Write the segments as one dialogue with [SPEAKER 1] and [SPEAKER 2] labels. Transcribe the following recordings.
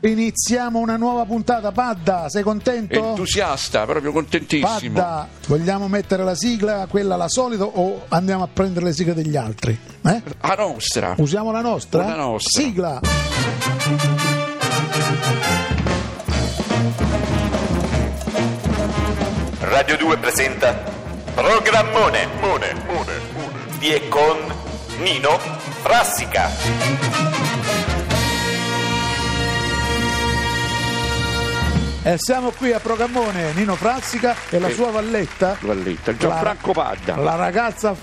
[SPEAKER 1] Iniziamo una nuova puntata. Padda, sei contento?
[SPEAKER 2] Entusiasta, proprio contentissimo.
[SPEAKER 1] Padda, vogliamo mettere la sigla, quella la solita, o andiamo a prendere le sigle degli altri? Eh?
[SPEAKER 2] La nostra.
[SPEAKER 1] Usiamo la nostra?
[SPEAKER 2] La nostra.
[SPEAKER 1] Sigla!
[SPEAKER 3] Radio 2 presenta Programmone Mone, Mone, di e con Nino Frassica.
[SPEAKER 1] E siamo qui a Procammone, Nino Frassica e la
[SPEAKER 2] Eh,
[SPEAKER 1] sua valletta.
[SPEAKER 2] Valletta,
[SPEAKER 1] La-
[SPEAKER 2] Gianfranco Padda.
[SPEAKER 1] La ragazza
[SPEAKER 2] Non sono un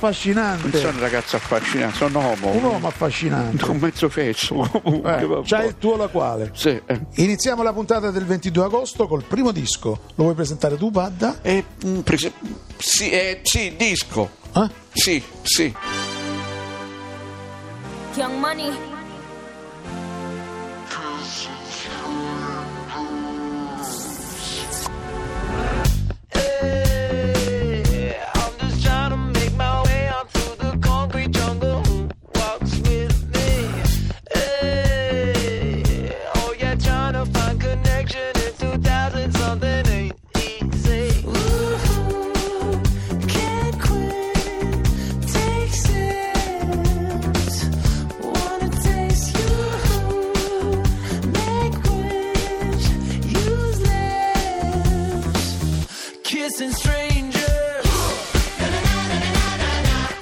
[SPEAKER 1] affascinante.
[SPEAKER 2] ragazzo affascinato, sono uomo.
[SPEAKER 1] Un uomo affascinante.
[SPEAKER 2] Un mezzo fesso. comunque,
[SPEAKER 1] Eh,
[SPEAKER 2] vabbè.
[SPEAKER 1] c'hai il tuo la quale.
[SPEAKER 2] Sì, eh.
[SPEAKER 1] Iniziamo la puntata del 22 agosto col primo disco. Lo vuoi presentare tu, Padda?
[SPEAKER 2] Eh, mm, per esempio- sì, eh, sì, disco.
[SPEAKER 1] Eh?
[SPEAKER 2] Sì, sì.
[SPEAKER 4] Young Money.
[SPEAKER 5] I'm just trying to make my way out through the concrete jungle. Who walks with me? Hey, oh yeah, trying to find connection in 2000 something ain't easy.
[SPEAKER 6] Can't quit, takes it. Wanna taste you, make wish, useless.
[SPEAKER 5] Kissing strangers.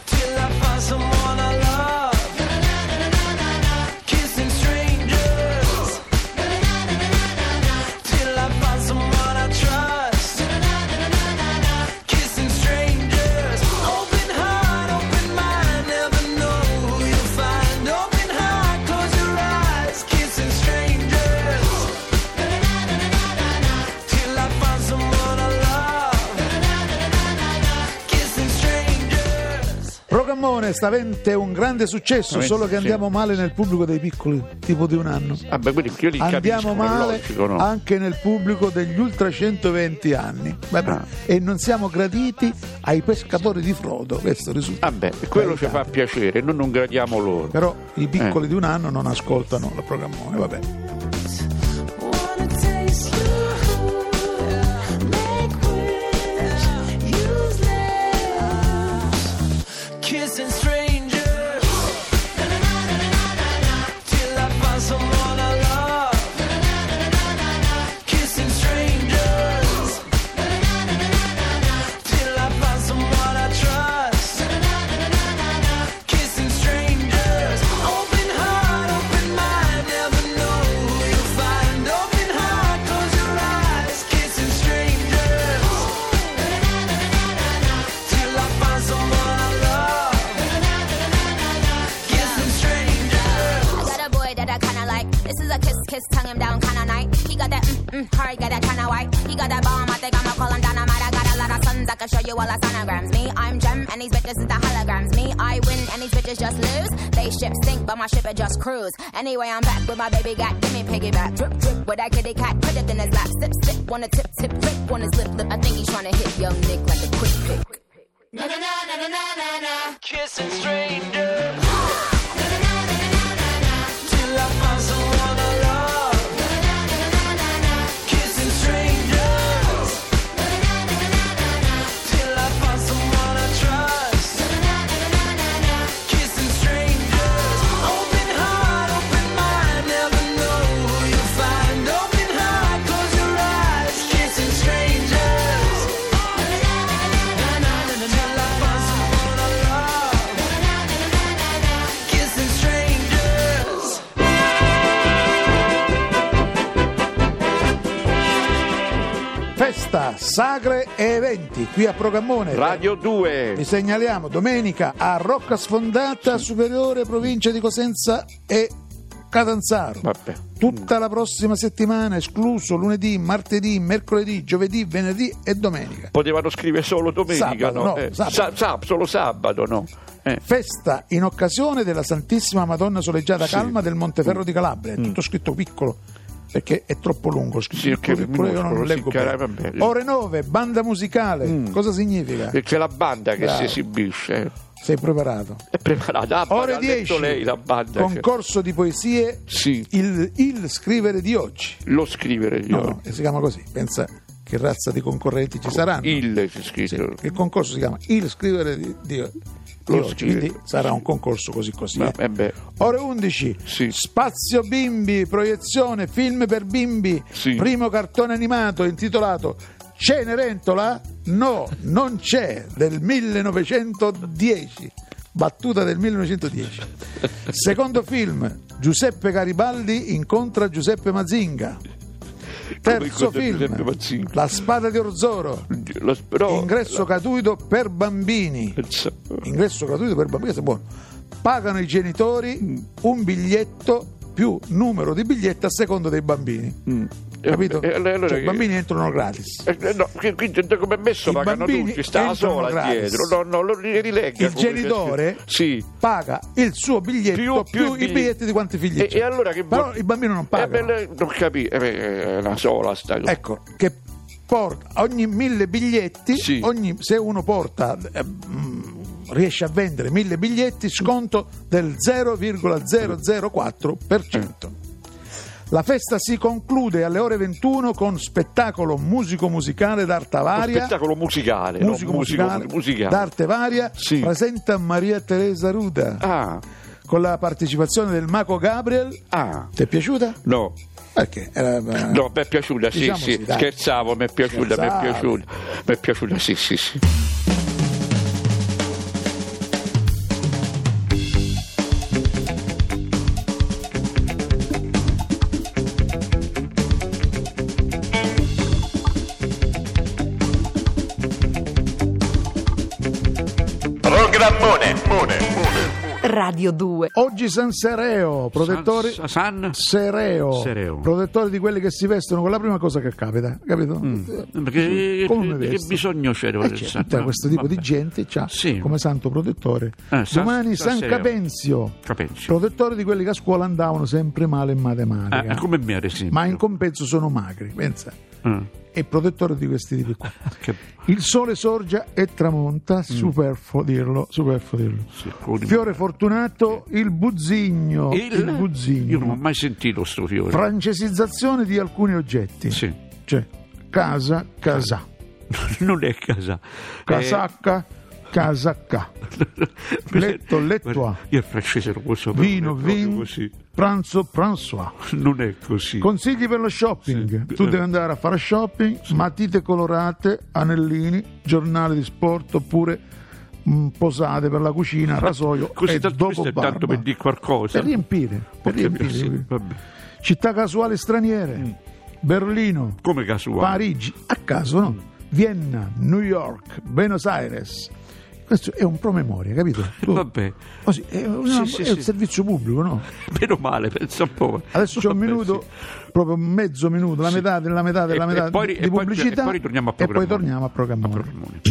[SPEAKER 5] Till I find someone I love. Kissing strangers. Till I find someone I trust. Kissing strangers. Open heart, open mind. Never know who you'll find. Open heart, close your eyes. Kissing strangers. Till I find someone I love. Kissing strangers.
[SPEAKER 1] Programmone stavente un grande successo,
[SPEAKER 2] Stavente,
[SPEAKER 1] solo che
[SPEAKER 2] sì.
[SPEAKER 1] andiamo male nel pubblico dei piccoli, tipo di un anno.
[SPEAKER 2] Vabbè, quindi io li
[SPEAKER 1] Andiamo
[SPEAKER 2] capisco, è
[SPEAKER 1] male
[SPEAKER 2] logico, no?
[SPEAKER 1] anche nel pubblico degli ultra 120 anni. Vabbè,
[SPEAKER 2] Ah.
[SPEAKER 1] E non siamo graditi ai pescatori di frodo, questo risulta.
[SPEAKER 2] Vabbè, quello ci fa
[SPEAKER 1] Verità.
[SPEAKER 2] piacere, noi non gradiamo loro.
[SPEAKER 1] Però i piccoli
[SPEAKER 2] Eh.
[SPEAKER 1] di un anno non ascoltano il programmone, vabbè.
[SPEAKER 6] Wanna taste you, make wish, useless.
[SPEAKER 5] kissing strangers till I find someone I love. Kissing strangers till I find someone I trust. Kissing strangers, open heart, open mind, never know who you'll find. Open heart, close your eyes, kissing strangers till I find someone I love. Kissing strangers.
[SPEAKER 4] I got a boy that I kinda like. This is a kiss, kiss, tongue him down kinda night. He got that mm, mm, hard, got that kinda white. He got that bomb, I think I'ma call him dynamite. I got a lot of sons, I can show you all our sonograms. Me, I'm gem, and these bitches is the holograms. Me, I win, and these bitches just lose. They ship sink, but my ship it just cruise. Anyway, I'm back with my baby got, give me piggyback. Drip, drip, with that kitty cat, put it in his lap. Sip, sip, wanna tip, tip, rip, wanna slip, lip. I think he's tryna hit young Nick like a quick pick.
[SPEAKER 5] Kissing strangers. Till I find someone I love. Kissing strangers. Till I find someone I trust. Kissing strangers. Open heart, open mind. Never know who you'll find. Open heart, close your eyes. Kissing strangers. Till I find someone I love. Kissing strangers.
[SPEAKER 1] Festa, sagre e eventi qui a Programmone.
[SPEAKER 2] Radio
[SPEAKER 1] Vi
[SPEAKER 2] 2.
[SPEAKER 1] segnaliamo domenica a Rocca Sfondata, Superiore, provincia di Cosenza e Catanzaro.
[SPEAKER 2] Vabbè.
[SPEAKER 1] Tutta la prossima settimana, escluso lunedì, martedì, mercoledì, giovedì, venerdì e domenica.
[SPEAKER 2] Potevano scrivere solo domenica,
[SPEAKER 1] Sabato, no,
[SPEAKER 2] Eh,
[SPEAKER 1] sabato.
[SPEAKER 2] sa- sa- solo sabato, no? Eh.
[SPEAKER 1] Festa in occasione della Santissima Madonna Soleggiata Calma del
[SPEAKER 2] Mm.
[SPEAKER 1] Monteferro di Calabria. È tutto scritto piccolo perché è troppo lungo. Scritto
[SPEAKER 2] Sì, ok,
[SPEAKER 1] piccolo, io non
[SPEAKER 2] minuscolo, sì,
[SPEAKER 1] leggo
[SPEAKER 2] cara,
[SPEAKER 1] bene.
[SPEAKER 2] vabbè. Mm.
[SPEAKER 1] Ore 9, banda musicale. Cosa significa?
[SPEAKER 2] E C'è la banda che
[SPEAKER 1] Bravo.
[SPEAKER 2] si esibisce. eh.
[SPEAKER 1] Sei preparato?
[SPEAKER 2] È preparata. Abba,
[SPEAKER 1] Ore
[SPEAKER 2] l'ha detto
[SPEAKER 1] 10.
[SPEAKER 2] lei la banda. cioè.
[SPEAKER 1] Concorso di poesie.
[SPEAKER 2] Sì.
[SPEAKER 1] Il, il scrivere di oggi.
[SPEAKER 2] Lo scrivere io.
[SPEAKER 1] No, no, si chiama così. Pensa che razza di concorrenti ci saranno.
[SPEAKER 2] Il c'è scritto.
[SPEAKER 1] Sì, il concorso si chiama Il scrivere di, di- di
[SPEAKER 2] Lo
[SPEAKER 1] oggi,
[SPEAKER 2] scrivere.
[SPEAKER 1] quindi sarà un concorso così così.
[SPEAKER 2] Ma-
[SPEAKER 1] eh.
[SPEAKER 2] eh beh.
[SPEAKER 1] Ore 11,
[SPEAKER 2] Sì.
[SPEAKER 1] Spazio Bimbi, proiezione, film per bimbi,
[SPEAKER 2] Sì.
[SPEAKER 1] primo cartone animato intitolato Cenerentola? No, non c'è, del 1910, battuta del 1910. Secondo film, Giuseppe Garibaldi incontra Giuseppe Mazinga. Terzo
[SPEAKER 2] incontra Giuseppe
[SPEAKER 1] film,
[SPEAKER 2] Mazinga?
[SPEAKER 1] La spada di Orzoro.
[SPEAKER 2] La- però-
[SPEAKER 1] Ingresso gratuito per bambini.
[SPEAKER 2] Pensa-
[SPEAKER 1] Ingresso gratuito per bambini, questo è buono. Pagano i
[SPEAKER 2] Mm.
[SPEAKER 1] genitori un biglietto più numero di biglietti a seconda dei bambini. Capito?
[SPEAKER 2] Mm. Eh, allora-
[SPEAKER 1] Cioè, i bambini entrano gratis.
[SPEAKER 2] Eh, eh, no, qui- qui- come è messo
[SPEAKER 1] I
[SPEAKER 2] pagano
[SPEAKER 1] bambini
[SPEAKER 2] tutti, sta
[SPEAKER 1] entrano
[SPEAKER 2] sola
[SPEAKER 1] gratis.
[SPEAKER 2] dietro. No, no, lo ri- rilegga.
[SPEAKER 1] Il
[SPEAKER 2] ecco, come c'è
[SPEAKER 1] genitore
[SPEAKER 2] scritto. Sì. Eh,
[SPEAKER 1] paga il suo biglietto più,
[SPEAKER 2] Più- più il
[SPEAKER 1] i
[SPEAKER 2] biglietto.
[SPEAKER 1] biglietti di quanti figli
[SPEAKER 2] E,
[SPEAKER 1] c'è.
[SPEAKER 2] e allora che
[SPEAKER 1] Però
[SPEAKER 2] vuol-
[SPEAKER 1] il bambino non
[SPEAKER 2] Eh,
[SPEAKER 1] paga.
[SPEAKER 2] beh, lei- non capisco, è una sola sta cosa.
[SPEAKER 1] Ecco, che porta ogni mille biglietti,
[SPEAKER 2] Sì.
[SPEAKER 1] ogni- se uno porta, eh, mm, riesce a vendere mille biglietti, sconto del 0,004%. La festa si conclude alle ore 21 con spettacolo musico-musicale d'arte
[SPEAKER 2] Uno
[SPEAKER 1] varia.
[SPEAKER 2] spettacolo musicale. no?
[SPEAKER 1] Musico musicale,
[SPEAKER 2] Musico- musicale.
[SPEAKER 1] d'arte varia
[SPEAKER 2] Sì.
[SPEAKER 1] presenta Maria Teresa Ruda
[SPEAKER 2] Ah,
[SPEAKER 1] con la partecipazione del Maco Gabriel.
[SPEAKER 2] ah,
[SPEAKER 1] Ti è piaciuta?
[SPEAKER 2] no.
[SPEAKER 1] Perché? Era, eh,
[SPEAKER 2] No, mi è piaciuta, sì,
[SPEAKER 1] Diciamo sì,
[SPEAKER 2] sì,
[SPEAKER 1] dai.
[SPEAKER 2] scherzavo, mi è piaciuta, mi è
[SPEAKER 1] Scherzavo.
[SPEAKER 2] piaciuta, mi è piaciuta, sì, sì, sì.
[SPEAKER 3] Programmone. Mone. Mone.
[SPEAKER 7] Radio 2.
[SPEAKER 1] Oggi San Sereo, protettore
[SPEAKER 2] San, San-
[SPEAKER 1] Sereo,
[SPEAKER 2] Sereo.
[SPEAKER 1] protettore di quelli che si vestono con la prima cosa che capita, capito?
[SPEAKER 2] Mm. Eh, perché-
[SPEAKER 1] Come
[SPEAKER 2] che- che
[SPEAKER 1] vesto?
[SPEAKER 2] bisogno c'era
[SPEAKER 1] Eh,
[SPEAKER 2] del
[SPEAKER 1] c'è,
[SPEAKER 2] San-
[SPEAKER 1] tutta questo tipo di
[SPEAKER 2] vabbè.
[SPEAKER 1] gente c'ha
[SPEAKER 2] Sì.
[SPEAKER 1] come santo protettore.
[SPEAKER 2] Eh, San-
[SPEAKER 1] Domani
[SPEAKER 2] San
[SPEAKER 1] San,
[SPEAKER 2] Sereo.
[SPEAKER 1] Capenzio,
[SPEAKER 2] Capenzio.
[SPEAKER 1] protettore di quelli che a scuola andavano sempre male in
[SPEAKER 2] Ah,
[SPEAKER 1] matematica,
[SPEAKER 2] come me ad esempio.
[SPEAKER 1] ma in compenso sono magri, pensa.
[SPEAKER 2] Ah,
[SPEAKER 1] E protettore di questi tipi qua.
[SPEAKER 2] che-
[SPEAKER 1] Il sole sorge e
[SPEAKER 2] Mm.
[SPEAKER 1] tramonta, superfluo dirlo, superfluo dirlo.
[SPEAKER 2] sì, con-
[SPEAKER 1] Fiore Fortunato, il Buzzigno,
[SPEAKER 2] Il-
[SPEAKER 1] il, Buzzigno.
[SPEAKER 2] Io non ho mai sentito sto fiore.
[SPEAKER 1] Francesizzazione di alcuni oggetti.
[SPEAKER 2] Sì. Eh.
[SPEAKER 1] Cioè, casa, casa,
[SPEAKER 2] non è casa.
[SPEAKER 1] casacca, casacca,
[SPEAKER 2] Eh,
[SPEAKER 1] letto, lettua.
[SPEAKER 2] guarda, Io il francese lo posso però
[SPEAKER 1] vino,
[SPEAKER 2] non è proprio
[SPEAKER 1] vin,
[SPEAKER 2] così.
[SPEAKER 1] pranzo, pranzois.
[SPEAKER 2] Non è così.
[SPEAKER 1] Consigli per lo shopping.
[SPEAKER 2] Sì.
[SPEAKER 1] Tu devi andare a fare shopping, matite colorate, anellini, giornali di sport oppure mm, posate per la cucina, rasoio
[SPEAKER 2] Così
[SPEAKER 1] e
[SPEAKER 2] tanto
[SPEAKER 1] dopo
[SPEAKER 2] questo è
[SPEAKER 1] barba.
[SPEAKER 2] tanto per dire qualcosa.
[SPEAKER 1] Per riempire, per
[SPEAKER 2] Perché-
[SPEAKER 1] riempire.
[SPEAKER 2] sì, vabbè. Mm.
[SPEAKER 1] Città casuali straniere, Berlino,
[SPEAKER 2] Come casuale.
[SPEAKER 1] Parigi, a caso
[SPEAKER 2] Mm.
[SPEAKER 1] no, Vienna, New York, Buenos Aires. Questo è un promemoria, capito? Tu-
[SPEAKER 2] Vabbè.
[SPEAKER 1] Così, è, una-
[SPEAKER 2] Sì, sì,
[SPEAKER 1] è
[SPEAKER 2] sì.
[SPEAKER 1] un servizio pubblico, no?
[SPEAKER 2] Meno male, pensa un po'.
[SPEAKER 1] Adesso c'è un
[SPEAKER 2] Vabbè,
[SPEAKER 1] minuto,
[SPEAKER 2] sì.
[SPEAKER 1] proprio mezzo minuto, la
[SPEAKER 2] Sì.
[SPEAKER 1] metà della metà della
[SPEAKER 2] E-
[SPEAKER 1] metà
[SPEAKER 2] e poi-
[SPEAKER 1] di
[SPEAKER 2] e poi-
[SPEAKER 1] pubblicità
[SPEAKER 2] e poi ritorniamo a
[SPEAKER 1] e poi
[SPEAKER 2] programmare.
[SPEAKER 1] torniamo a programmare.
[SPEAKER 2] Ramone.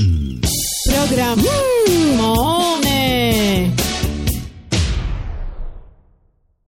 [SPEAKER 8] Programmone.